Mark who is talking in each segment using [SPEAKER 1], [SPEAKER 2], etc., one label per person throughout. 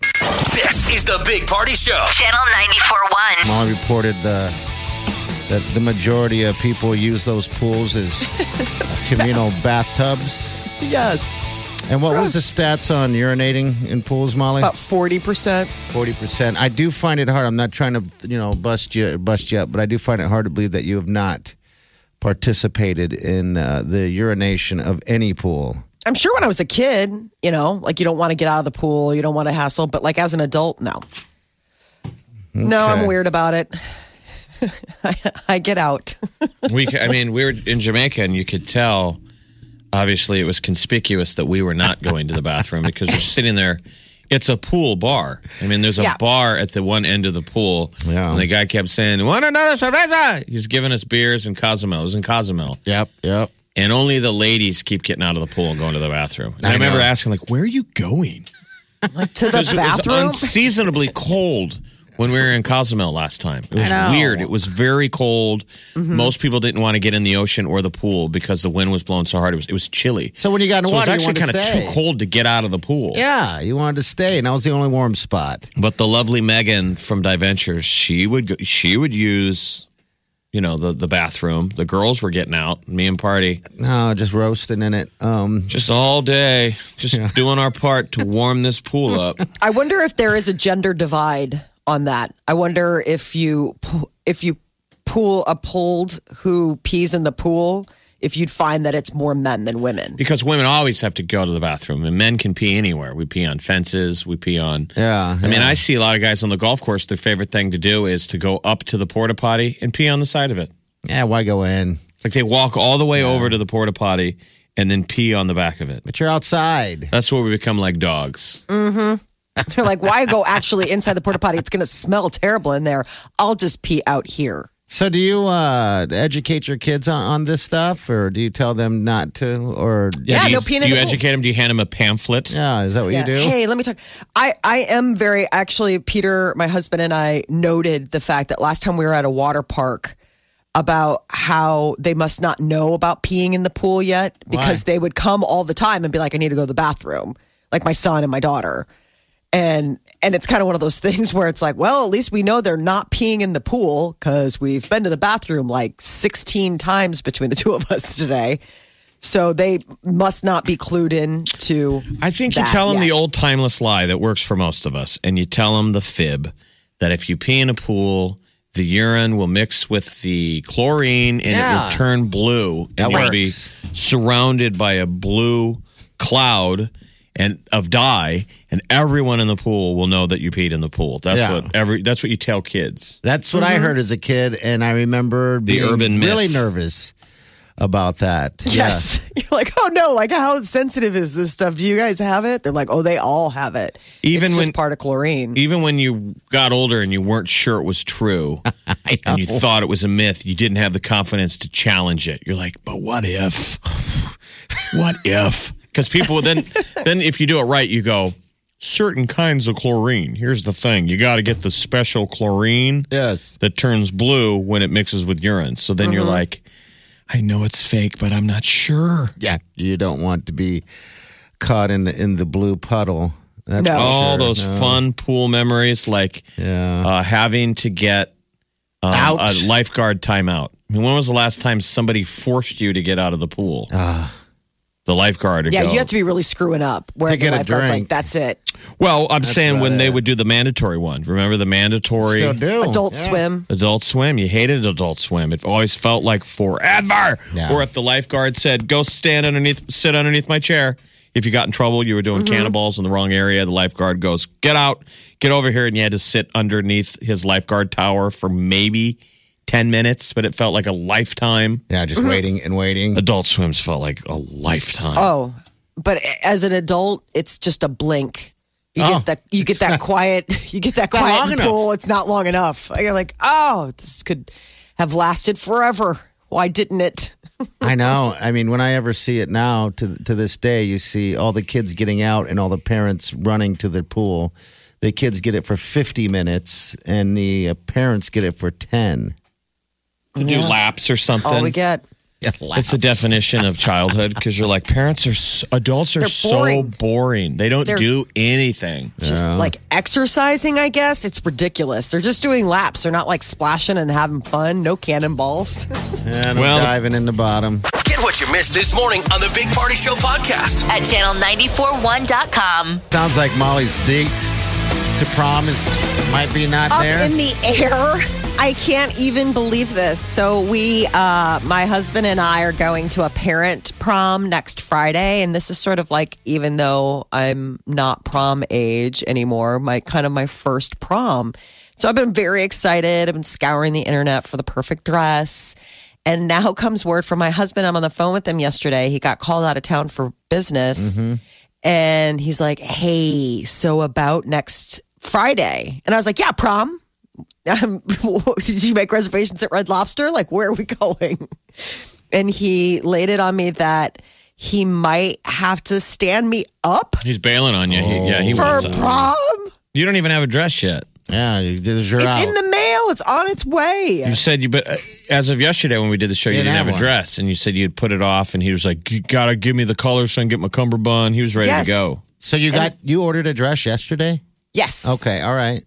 [SPEAKER 1] This is the Big Party Show.
[SPEAKER 2] Channel 94.1.
[SPEAKER 3] Molly reported the that the majority of people use those pools as communal bathtubs.
[SPEAKER 4] Yes.
[SPEAKER 3] And what was the stats on urinating in pools, Molly?
[SPEAKER 4] About 40%.
[SPEAKER 3] Forty percent. I do find it hard. I'm not trying to you know bust you bust you up, but I do find it hard to believe that you have not participated in uh, the urination of any pool.
[SPEAKER 4] I'm sure when I was a kid, you know, like you don't want to get out of the pool, you don't want to hassle, but like as an adult, no. No, I'm
[SPEAKER 3] Okay.
[SPEAKER 4] weird about it. I, I get out.
[SPEAKER 5] We, ca- I mean, we were in Jamaica, and you could tell. Obviously, it was conspicuous that we were not going to the bathroom because we're sitting there. It's a pool bar. I mean, there's a
[SPEAKER 4] Yeah.
[SPEAKER 5] bar at the one end of the pool,
[SPEAKER 3] Yeah.
[SPEAKER 5] and the guy kept saying, "One another cerveza." He's giving us beers and Cozumel. It was in Cozumel,
[SPEAKER 3] Yep. Yep.
[SPEAKER 5] and only the ladies keep getting out of the pool and going to the bathroom. And I,
[SPEAKER 3] I
[SPEAKER 5] remember
[SPEAKER 3] know.
[SPEAKER 5] asking, like, "Where are you going?"
[SPEAKER 4] Like to the
[SPEAKER 5] Because It
[SPEAKER 4] bathroom.
[SPEAKER 5] was unseasonably cold when we were in Cozumel last time. It was weird. It was very cold.
[SPEAKER 4] Mm-hmm.
[SPEAKER 5] Most people didn't want to get in the ocean or the pool because the wind was blowing so hard. It was it was chilly.
[SPEAKER 3] So when you got in the
[SPEAKER 5] so
[SPEAKER 3] water, you
[SPEAKER 5] it was actually
[SPEAKER 3] wanted to stay.
[SPEAKER 5] kinda too cold to get out of the pool.
[SPEAKER 3] Yeah, you wanted to stay, and that was the only warm spot.
[SPEAKER 5] But the lovely Megan from Diventures, she would go, she would use. You know the the bathroom. The girls were getting out. Me and party
[SPEAKER 3] No, just roasting in it. Um,
[SPEAKER 5] just all day, just doing our part to warm this pool up.
[SPEAKER 4] I wonder if there is a gender divide on that. I wonder if you if you pool uphold who pees in the pool, if you'd find that it's more men than women.
[SPEAKER 5] because women always have to go to the bathroom and men can pee anywhere we pee on fences we pee on
[SPEAKER 3] Yeah,
[SPEAKER 5] i mean
[SPEAKER 3] yeah.
[SPEAKER 5] i see a lot of guys on the golf course their favorite thing to do is to go up to the porta potty and pee on the side of it
[SPEAKER 3] yeah, why go in?
[SPEAKER 5] like they walk all the way over to the porta potty and then pee on the back of it
[SPEAKER 3] But you're outside.
[SPEAKER 5] that's where we become like dogs
[SPEAKER 4] Mm. They're like, why go actually inside the porta potty? It's going to smell terrible in there. I'll just pee out here.
[SPEAKER 3] So do you uh, educate your kids on, on this stuff, or do you tell them not to, or
[SPEAKER 4] Yeah,
[SPEAKER 5] do you,
[SPEAKER 4] no peeing in
[SPEAKER 5] do you
[SPEAKER 4] the pool.
[SPEAKER 5] educate them do you hand them a pamphlet
[SPEAKER 3] yeah, is that what you do?
[SPEAKER 4] Hey, let me talk. I, I am very actually, Peter, my husband and I noted the fact that last time we were at a water park about how they must not know about peeing in the pool yet because they would come all the time and be like, I need to go to the bathroom, like my son and my daughter. And and it's kind of one of those things where it's like, well, at least we know they're not peeing in the pool because we've been to the bathroom like 16 times between the two of us today. So they must not be clued in to
[SPEAKER 5] I think you
[SPEAKER 4] that
[SPEAKER 5] tell them
[SPEAKER 4] yet.
[SPEAKER 5] the old timeless lie that works for most of us, and you tell them the fib that if you pee in a pool, the urine will mix with the chlorine and it
[SPEAKER 3] Yeah.
[SPEAKER 5] will turn blue, and
[SPEAKER 3] That
[SPEAKER 5] you'll
[SPEAKER 3] works.
[SPEAKER 5] be surrounded by a blue cloud and of dye, and everyone in the pool will know that you peed in the pool. That's
[SPEAKER 3] Yeah.
[SPEAKER 5] what every that's what you tell kids.
[SPEAKER 3] That's what I
[SPEAKER 4] Mm-hmm.
[SPEAKER 3] heard as a kid, and I remember being
[SPEAKER 5] urban myth.
[SPEAKER 3] really nervous about that.
[SPEAKER 4] Yes. You're like, oh no, like how sensitive is this stuff? Do you guys have it? They're like, oh, they all have it.
[SPEAKER 5] Even
[SPEAKER 4] it's
[SPEAKER 5] when-
[SPEAKER 4] just part of chlorine.
[SPEAKER 5] Even when you got older and you weren't sure it was true, and you thought it was a myth, you didn't have the confidence to challenge it. You're like, but what if? What if? Because people would then, then if you do it right, you go certain kinds of chlorine. Here's the thing: you got to get the special chlorine
[SPEAKER 3] Yes.
[SPEAKER 5] that turns blue when it mixes with urine. So then you're like, I know it's fake, but I'm not sure.
[SPEAKER 3] Yeah. You don't want to be caught in the, in the blue puddle. That's
[SPEAKER 4] No.
[SPEAKER 3] for
[SPEAKER 5] All
[SPEAKER 3] Oh, sure.
[SPEAKER 5] those fun pool memories, like
[SPEAKER 3] Yeah.
[SPEAKER 5] uh, having to get um,
[SPEAKER 3] Out.
[SPEAKER 5] a lifeguard timeout. I mean, when was the last time somebody forced you to get out of the pool?
[SPEAKER 3] Ah.
[SPEAKER 5] the lifeguard. would
[SPEAKER 4] yeah,
[SPEAKER 5] go,
[SPEAKER 4] you have to be really screwing up. Where
[SPEAKER 3] To
[SPEAKER 4] the
[SPEAKER 3] get a
[SPEAKER 4] lifeguard's like,
[SPEAKER 3] drink.
[SPEAKER 4] that's it.
[SPEAKER 5] Well, I'm saying when
[SPEAKER 3] about
[SPEAKER 5] they
[SPEAKER 3] it.
[SPEAKER 5] would do the mandatory one. Remember the mandatory
[SPEAKER 3] Still do.
[SPEAKER 4] Adult
[SPEAKER 3] Yeah.
[SPEAKER 4] swim.
[SPEAKER 5] Adult Swim? You hated Adult Swim. It always felt like forever.
[SPEAKER 3] Yeah.
[SPEAKER 5] Or if the lifeguard said, "Go stand underneath, sit underneath my chair." If you got in trouble, you were doing
[SPEAKER 4] Mm-hmm.
[SPEAKER 5] cannonballs in the wrong area. The lifeguard goes, "Get out, get over here," and you had to sit underneath his lifeguard tower for maybe ten minutes, but it felt like a lifetime.
[SPEAKER 3] Yeah, just
[SPEAKER 4] Mm-hmm.
[SPEAKER 3] waiting and waiting.
[SPEAKER 5] Adult Swims felt like a lifetime.
[SPEAKER 4] Oh, but as an adult, it's just a blink. You
[SPEAKER 3] Oh.
[SPEAKER 4] get that you get that quiet you get that
[SPEAKER 3] not long
[SPEAKER 4] quiet
[SPEAKER 3] enough.
[SPEAKER 4] pool. It's not long enough. You're like, oh, this could have lasted forever. Why didn't it?
[SPEAKER 3] I know. I mean, when I ever see it now to to this day, you see all the kids getting out and all the parents running to the pool. The kids get it for 50 minutes and the uh, parents get it for 10.
[SPEAKER 5] To do laps or something.
[SPEAKER 4] All we get.
[SPEAKER 5] That's the definition of childhood because you're like parents are s adults are
[SPEAKER 4] They're
[SPEAKER 5] so
[SPEAKER 4] boring.
[SPEAKER 5] boring. They don't
[SPEAKER 4] They're-
[SPEAKER 5] do anything.
[SPEAKER 4] Just like exercising, I guess. It's ridiculous. They're just doing laps. They're not like splashing and having fun. No cannonballs.
[SPEAKER 3] And
[SPEAKER 5] Well-
[SPEAKER 3] I'm diving in the bottom.
[SPEAKER 1] Get what you missed this morning on the Big Party Show podcast.
[SPEAKER 2] at channel941.com.
[SPEAKER 3] Sounds like Molly's date to prom is might be not
[SPEAKER 4] up
[SPEAKER 3] there.
[SPEAKER 4] in the air. I can't even believe this. So we, uh, my husband and I, are going to a parent prom next Friday, and this is sort of like, even though I'm not prom age anymore, my kind of my first prom. So I've been very excited. I've been scouring the internet for the perfect dress, and now comes word from my husband. I'm on the phone with him yesterday. He got called out of town for business and he's like, "Hey, so about next Friday?" And I was like, "Yeah, prom. Um, did you make reservations at Red Lobster? Like, where are we going?" And he laid it on me that he might have to stand me up
[SPEAKER 5] He's bailing on you. He, yeah, he
[SPEAKER 4] for
[SPEAKER 3] um,
[SPEAKER 5] wants out.
[SPEAKER 4] prom.
[SPEAKER 5] You don't even have a dress yet.
[SPEAKER 3] yeah, you- you're
[SPEAKER 4] It's
[SPEAKER 3] out.
[SPEAKER 4] in the mail. It's on its way.
[SPEAKER 5] You said you, but uh, as of yesterday when we did the show, you
[SPEAKER 3] Didn't
[SPEAKER 5] didn't
[SPEAKER 3] have
[SPEAKER 5] have a
[SPEAKER 3] one.
[SPEAKER 5] dress, and you said you'd put it off, and he was like, "You gotta give me the color so I can get my cummerbund." He was ready
[SPEAKER 4] Yes.
[SPEAKER 5] to go.
[SPEAKER 3] so you got you ordered a dress yesterday?
[SPEAKER 4] Yes.
[SPEAKER 3] Okay, all right.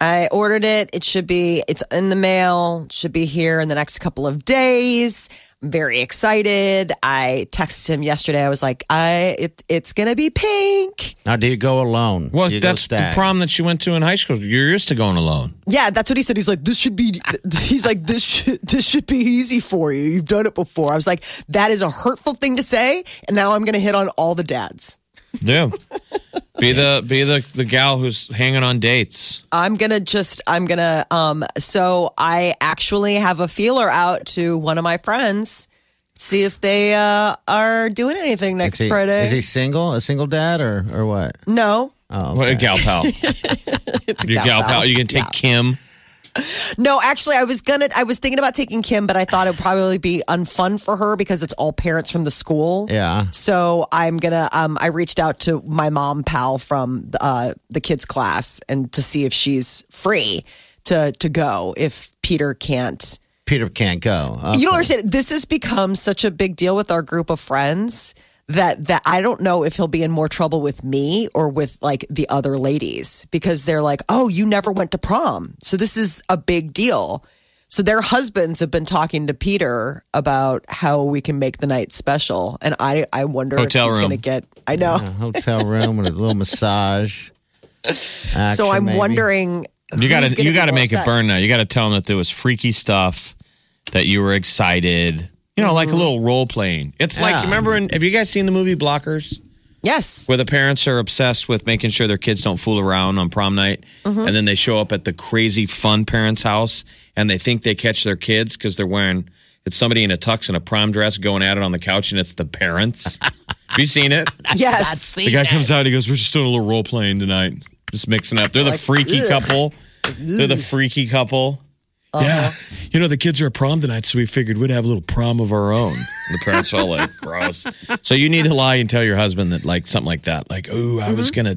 [SPEAKER 4] I ordered it. It should be, it's in the mail, It should be here in the next couple of days. I'm very excited. I texted him yesterday. I was like, I it, it's going to be pink.
[SPEAKER 3] Now do you go alone?
[SPEAKER 5] Well,
[SPEAKER 3] Do you go
[SPEAKER 5] that's the
[SPEAKER 3] stag?
[SPEAKER 5] prom that you went to in high school. You're used to going alone.
[SPEAKER 4] Yeah, that's what he said. He's like, this should be, he's like, this should, this should be easy for you. You've done it before. I was like, that is a hurtful thing to say. And now I'm going to hit on all the dads.
[SPEAKER 5] Yeah, be the be the the gal who's hanging on dates.
[SPEAKER 4] I'm gonna just I'm gonna um so I actually have a feeler out to one of my friends, see if they uh are doing anything
[SPEAKER 3] Is
[SPEAKER 4] next
[SPEAKER 3] he,
[SPEAKER 4] Friday.
[SPEAKER 3] is he single? A single dad or or what?
[SPEAKER 4] no.
[SPEAKER 3] Oh,
[SPEAKER 5] What a gal pal.
[SPEAKER 4] It's a
[SPEAKER 5] Your gal pal. You can take Kim.
[SPEAKER 4] No, actually I was gonna I was thinking about taking Kim, but I thought it would probably be unfun for her because it's all parents from the school.
[SPEAKER 3] yeah.
[SPEAKER 4] So I'm gonna. Um, I reached out to my mom pal from uh, the kids class and to see if she's free to to go if Peter can't
[SPEAKER 3] Peter can't go. Uh, Okay.
[SPEAKER 4] You don't understand. This has become such a big deal with our group of friends that that I don't know if he'll be in more trouble with me or with like the other ladies because they're like, "Oh, you never went to prom." So this is a big deal. So their husbands have been talking to Peter about how we can make the night special, and I I wonder
[SPEAKER 5] Hotel
[SPEAKER 4] if he's
[SPEAKER 5] room.
[SPEAKER 4] going to get. I know.
[SPEAKER 3] a hotel room and a little massage.
[SPEAKER 4] so
[SPEAKER 3] Action,
[SPEAKER 4] I'm
[SPEAKER 3] maybe.
[SPEAKER 4] wondering.
[SPEAKER 5] You got
[SPEAKER 4] who's
[SPEAKER 5] to
[SPEAKER 4] gonna
[SPEAKER 5] you
[SPEAKER 4] be
[SPEAKER 5] got to
[SPEAKER 4] more
[SPEAKER 5] make it
[SPEAKER 4] upset.
[SPEAKER 5] burn now. You got to tell them that there was freaky stuff that you were excited. You know, like
[SPEAKER 4] Mm-hmm.
[SPEAKER 5] a little role playing. It's
[SPEAKER 3] Yeah.
[SPEAKER 5] like remember in, have you guys seen the movie Blockers
[SPEAKER 4] Yes.
[SPEAKER 5] where the parents are obsessed with making sure their kids don't fool around on prom night
[SPEAKER 4] Mm-hmm.
[SPEAKER 5] and then they show up at the crazy fun parents' house and they think they catch their kids cuz they're wearing it's somebody in a tux and a prom dress going at it on the couch and it's the parents. Have you seen it?
[SPEAKER 4] Yes.
[SPEAKER 5] The guy comes out. He goes, "We're just doing a little role playing tonight, just mixing up." They're the freaky couple. They're the freaky couple. Yeah, you know the kids are at prom tonight, so we figured we'd have a little prom of our own. And the parents are all like, "Gross." So you need to lie and tell your husband that, like, something like that, like, "Ooh, I was gonna,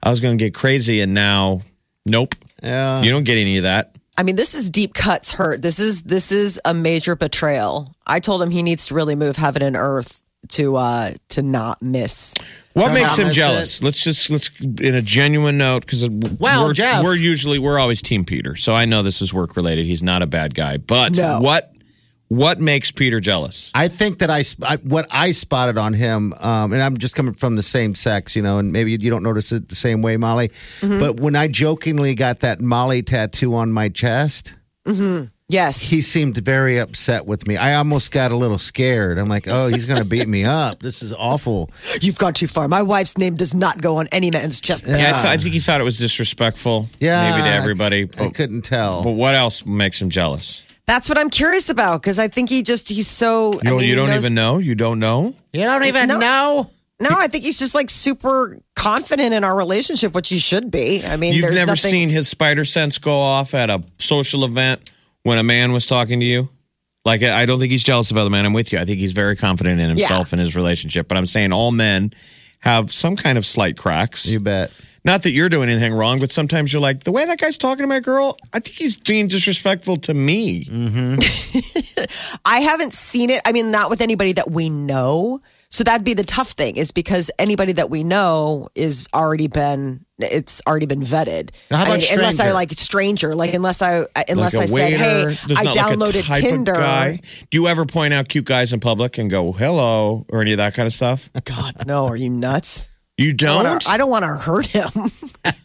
[SPEAKER 5] I was gonna get crazy, and now, nope,
[SPEAKER 3] Yeah.
[SPEAKER 5] you don't get any of that."
[SPEAKER 4] I mean, this is deep cuts hurt. This is this is a major betrayal. I told him he needs to really move heaven and earth to uh to not miss.
[SPEAKER 5] What
[SPEAKER 3] Don't
[SPEAKER 5] makes him
[SPEAKER 3] promise
[SPEAKER 5] jealous?
[SPEAKER 3] it.
[SPEAKER 5] Let's just let's in a genuine note because
[SPEAKER 3] Well,
[SPEAKER 5] we're,
[SPEAKER 3] Jeff.
[SPEAKER 5] we're usually we're always Team Peter, so I know this is work related. He's not a bad guy, but
[SPEAKER 4] No.
[SPEAKER 5] what what makes Peter jealous?
[SPEAKER 3] I think that I, sp- I what I spotted on him, um, and I'm just coming from the same sex, you know, and maybe you don't notice it the same way, Molly. But when I jokingly got that Molly tattoo on my chest,
[SPEAKER 4] Yes.
[SPEAKER 3] he seemed very upset with me. I almost got a little scared. I'm like, oh, he's going to beat me up. This is awful.
[SPEAKER 4] You've gone too far. My wife's name does not go on any man's chest.
[SPEAKER 5] Yeah, I, th- I think he thought it was disrespectful.
[SPEAKER 3] Yeah,
[SPEAKER 5] maybe to
[SPEAKER 3] I-
[SPEAKER 5] everybody.
[SPEAKER 3] I
[SPEAKER 5] But,
[SPEAKER 3] couldn't tell.
[SPEAKER 5] but what else makes him jealous?
[SPEAKER 4] That's what I'm curious about because I think he just he's so I
[SPEAKER 5] You,
[SPEAKER 4] mean,
[SPEAKER 5] you
[SPEAKER 4] he
[SPEAKER 5] don't
[SPEAKER 4] knows-
[SPEAKER 5] even know. You don't know.
[SPEAKER 3] you don't even
[SPEAKER 4] No.
[SPEAKER 3] know.
[SPEAKER 4] No, I think he's just like super confident in our relationship, which he should be. I mean,
[SPEAKER 5] You've
[SPEAKER 4] there's
[SPEAKER 5] never
[SPEAKER 4] nothing-
[SPEAKER 5] seen his spider sense go off at a social event when a man was talking to you? Like, I I don't think he's jealous of other men. I'm with you. I think he's very confident in himself and his relationship. But I'm saying all men have some kind of slight cracks.
[SPEAKER 6] You bet.
[SPEAKER 5] Not that you're doing anything wrong, but sometimes you're like, the way that guy's talking to my girl, I think he's being disrespectful to me.
[SPEAKER 4] Mm. I haven't seen it. I mean, not with anybody that we know. So that'd be the tough thing is because anybody that we know is already been it's already been vetted.
[SPEAKER 6] Now, how
[SPEAKER 4] I
[SPEAKER 6] about
[SPEAKER 4] mean, unless I
[SPEAKER 6] stranger?
[SPEAKER 4] like stranger, like unless I uh, unless I
[SPEAKER 5] like a
[SPEAKER 4] said, hey,
[SPEAKER 5] waiter. There's
[SPEAKER 4] I
[SPEAKER 5] not like a
[SPEAKER 4] downloaded
[SPEAKER 5] type
[SPEAKER 4] Tinder.
[SPEAKER 5] Of guy. Do you ever point out cute guys in public and go, hello, or any of that kind of stuff?
[SPEAKER 4] God, no, are you nuts?
[SPEAKER 5] You don't?
[SPEAKER 4] I wanna- I don't want to hurt him.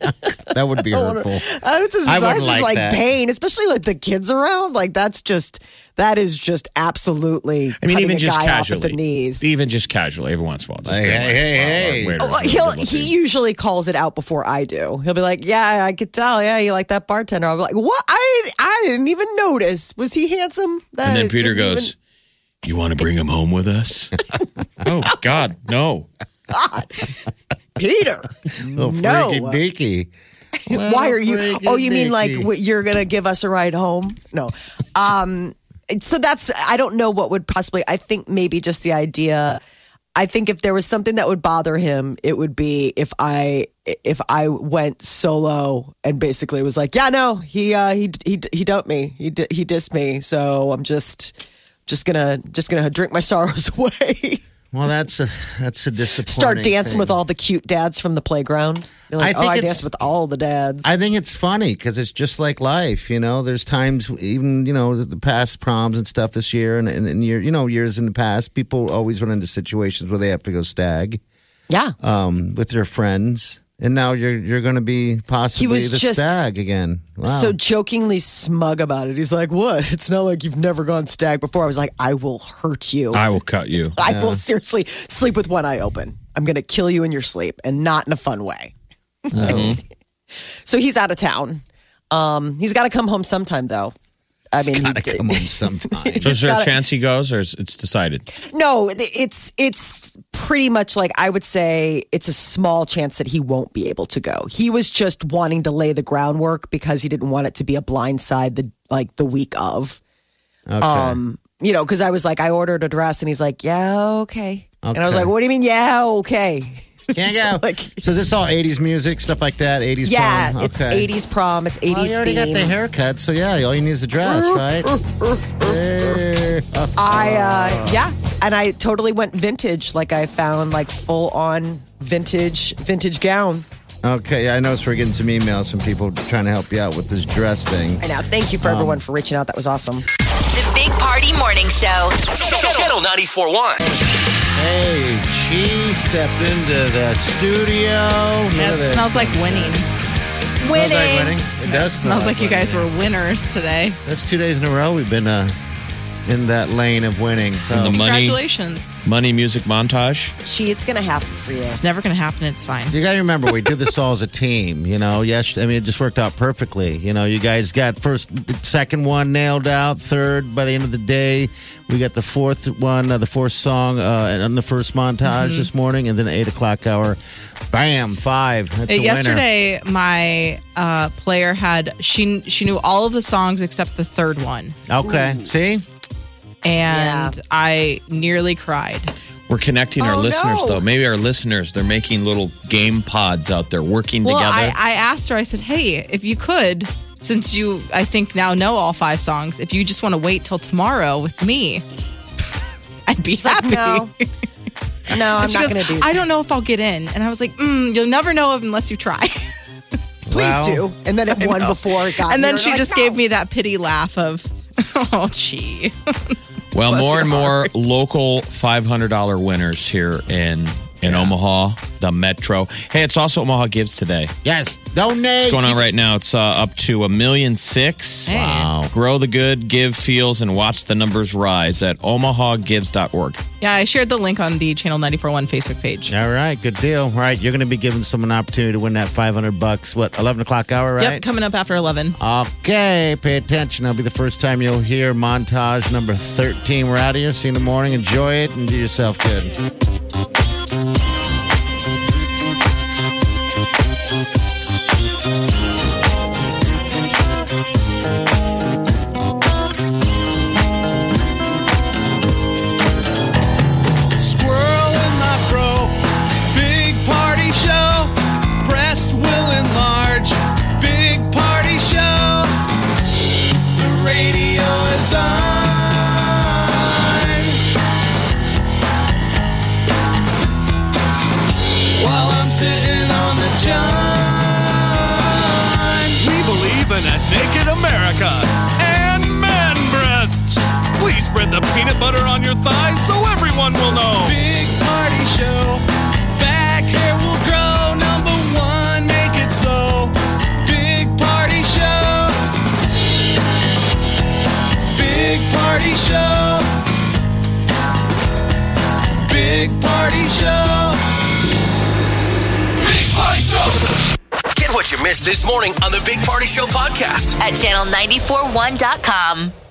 [SPEAKER 6] That would be hurtful.
[SPEAKER 4] that's just,
[SPEAKER 6] I
[SPEAKER 4] that's
[SPEAKER 6] wouldn't like
[SPEAKER 4] just like
[SPEAKER 6] that.
[SPEAKER 4] pain, especially with the kids around. Like that's just that is just absolutely.
[SPEAKER 5] I mean,
[SPEAKER 4] cutting
[SPEAKER 5] even
[SPEAKER 4] a
[SPEAKER 5] just
[SPEAKER 4] guy
[SPEAKER 5] casually.
[SPEAKER 4] off at the knees.
[SPEAKER 5] Even just casually, every once in a while. Just
[SPEAKER 6] Like,
[SPEAKER 5] being
[SPEAKER 6] hey, hey, hey.
[SPEAKER 5] waiter,
[SPEAKER 4] Well,
[SPEAKER 5] good
[SPEAKER 4] he'll
[SPEAKER 5] looking.
[SPEAKER 4] he usually calls it out before I do. He'll be like, "Yeah, I could tell. Yeah, you like that bartender." I'm like, "What? I didn't, I didn't even notice. Was he handsome?" That
[SPEAKER 5] and then Peter
[SPEAKER 4] didn't
[SPEAKER 5] goes,
[SPEAKER 4] uh, even-
[SPEAKER 5] You want to bring him home with us? oh, God, no.
[SPEAKER 4] "Peter,
[SPEAKER 6] Little
[SPEAKER 4] No.
[SPEAKER 6] freaky deaky.
[SPEAKER 4] why are you?
[SPEAKER 6] freaking
[SPEAKER 4] Oh, you mean like
[SPEAKER 6] dicky.
[SPEAKER 4] what, you're gonna give us a ride home? No." Um, so that's I don't know what would possibly. I think maybe just the idea. I think if there was something that would bother him, it would be if I if I went solo and basically was like, yeah, no, he uh, he he he dumped me, he di- he dissed me, so I'm just just gonna just gonna drink my sorrows away.
[SPEAKER 6] Well, that's a that's a disappointment.
[SPEAKER 4] Start dancing with all the cute dads from the playground. Be like,
[SPEAKER 6] I think
[SPEAKER 4] oh, I
[SPEAKER 6] it's-
[SPEAKER 4] danced with all the dads.
[SPEAKER 6] I think it's funny because it's just like life, you know. There's times, even you know, the, the past proms and stuff this year, and and, and year, you know, years in the past, people always run into situations where they have to go stag
[SPEAKER 4] yeah,
[SPEAKER 6] um, with their friends, and now you're you're going to be possibly
[SPEAKER 4] was
[SPEAKER 6] the
[SPEAKER 4] just
[SPEAKER 6] stag again. Wow.
[SPEAKER 4] so jokingly smug about it. He's like, "What? It's not like you've never gone stag before." I was like, "I will hurt you.
[SPEAKER 5] I will cut you.
[SPEAKER 4] I will seriously sleep with one eye open. I'm going to kill you in your sleep, and not in a fun way."
[SPEAKER 6] Oh.
[SPEAKER 4] so he's out of town. Um, he's got to come home sometime, though. I mean, he
[SPEAKER 6] gotta
[SPEAKER 4] did-
[SPEAKER 6] come home sometime.
[SPEAKER 5] So is there a
[SPEAKER 4] gotta-
[SPEAKER 5] chance he goes, or is it's decided?
[SPEAKER 4] no, it's it's pretty much like I would say it's a small chance that he won't be able to go. He was just wanting to lay the groundwork because he didn't want it to be a blindside the like the week of.
[SPEAKER 6] Okay.
[SPEAKER 4] um, you know, because I was like, I ordered a dress, and he's like, yeah, okay. And I was
[SPEAKER 6] Okay.
[SPEAKER 4] like, what do you mean, yeah, okay?
[SPEAKER 6] Can't go.
[SPEAKER 4] like-
[SPEAKER 6] so is this all '80s music, stuff like that. '80s.
[SPEAKER 4] Yeah,
[SPEAKER 6] prom?
[SPEAKER 4] it's
[SPEAKER 6] Okay.
[SPEAKER 4] 80s prom, it's 80s
[SPEAKER 6] Well, you already got
[SPEAKER 4] theme.
[SPEAKER 6] the haircut, so yeah, all you need is a dress, right? Hey.
[SPEAKER 4] I, uh, yeah, and I totally went vintage. Like, I found like full on vintage, vintage gown.
[SPEAKER 6] Okay, I noticed we're getting some emails from people trying to help you out with this dress thing.
[SPEAKER 4] And now, thank you for everyone for reaching out. That was awesome.
[SPEAKER 7] The Big Party Morning Show.
[SPEAKER 8] Channel 94.1.
[SPEAKER 6] Hey, she stepped into the studio.
[SPEAKER 3] Yeah, it smells like winning.
[SPEAKER 6] winning. Smells like winning. It does. smell
[SPEAKER 3] Smells like you guys were winners today.
[SPEAKER 6] winning. That's two days in a row we've been uh, in that lane of winning. So.
[SPEAKER 5] The money,
[SPEAKER 3] Congratulations.
[SPEAKER 5] money music montage?
[SPEAKER 4] She, it's going to happen for you.
[SPEAKER 3] It's never going to happen. It's fine.
[SPEAKER 6] You gotta remember, we did this all as a team. You know, yes, I mean it just worked out perfectly. You know, you guys got first, second one nailed out, third by the end of the day. We got the fourth one, uh, the fourth song uh, on the first montage
[SPEAKER 3] Mm-hmm.
[SPEAKER 6] this morning, and then eight o'clock hour, bam, five. That's a
[SPEAKER 3] Uh,
[SPEAKER 6] winner.
[SPEAKER 3] Yesterday, my uh, player had she she knew all of the songs except the third one,
[SPEAKER 6] Okay, see,
[SPEAKER 3] and I nearly cried.
[SPEAKER 5] We're connecting our
[SPEAKER 4] Oh,
[SPEAKER 5] listeners,
[SPEAKER 4] no.
[SPEAKER 5] though. Maybe our listeners, they're making little game pods out there working
[SPEAKER 3] Well, I,
[SPEAKER 5] together.
[SPEAKER 3] I asked her. I said, "Hey, if you could, since you I think now know all five songs, if you just want to wait till tomorrow with me, I'd be happy."
[SPEAKER 4] no. No, I'm
[SPEAKER 3] She
[SPEAKER 4] not
[SPEAKER 3] goes,
[SPEAKER 4] going to do
[SPEAKER 3] I don't know if I'll get in. And I was like, mm, you'll never know unless you try.
[SPEAKER 4] Please do. And then it won before it got
[SPEAKER 3] and then
[SPEAKER 4] here.
[SPEAKER 3] she
[SPEAKER 4] Like,
[SPEAKER 3] just
[SPEAKER 4] no.
[SPEAKER 3] gave me that pity laugh of, oh, gee.
[SPEAKER 5] well, more and more local $500 winners here in, in Omaha, the Metro. Hey, it's also Omaha Gives today.
[SPEAKER 6] yes, donate.
[SPEAKER 5] What's going on right now? It's uh, up to a million six. Wow. Grow the good, give feels, and watch the numbers rise at omahagives.org.
[SPEAKER 3] Yeah, I shared the link on the Channel 941 Facebook page.
[SPEAKER 6] All right, good deal. All right, you're gonna be giving someone an opportunity to win that five hundred bucks. What, eleven o'clock hour, right?
[SPEAKER 3] Yep, coming up after 11.
[SPEAKER 6] Okay, pay attention. That'll be the first time you'll hear montage number 13. We're out of here. See you in the morning. Enjoy it and do yourself good.
[SPEAKER 4] peanut butter on your thighs so everyone will know. Big party show. Back hair will grow. Number one, make it so. Big party show. Big party show. Big party show. Big party show.
[SPEAKER 1] Get what you missed this morning on the Big Party Show podcast.
[SPEAKER 9] at channel941.com.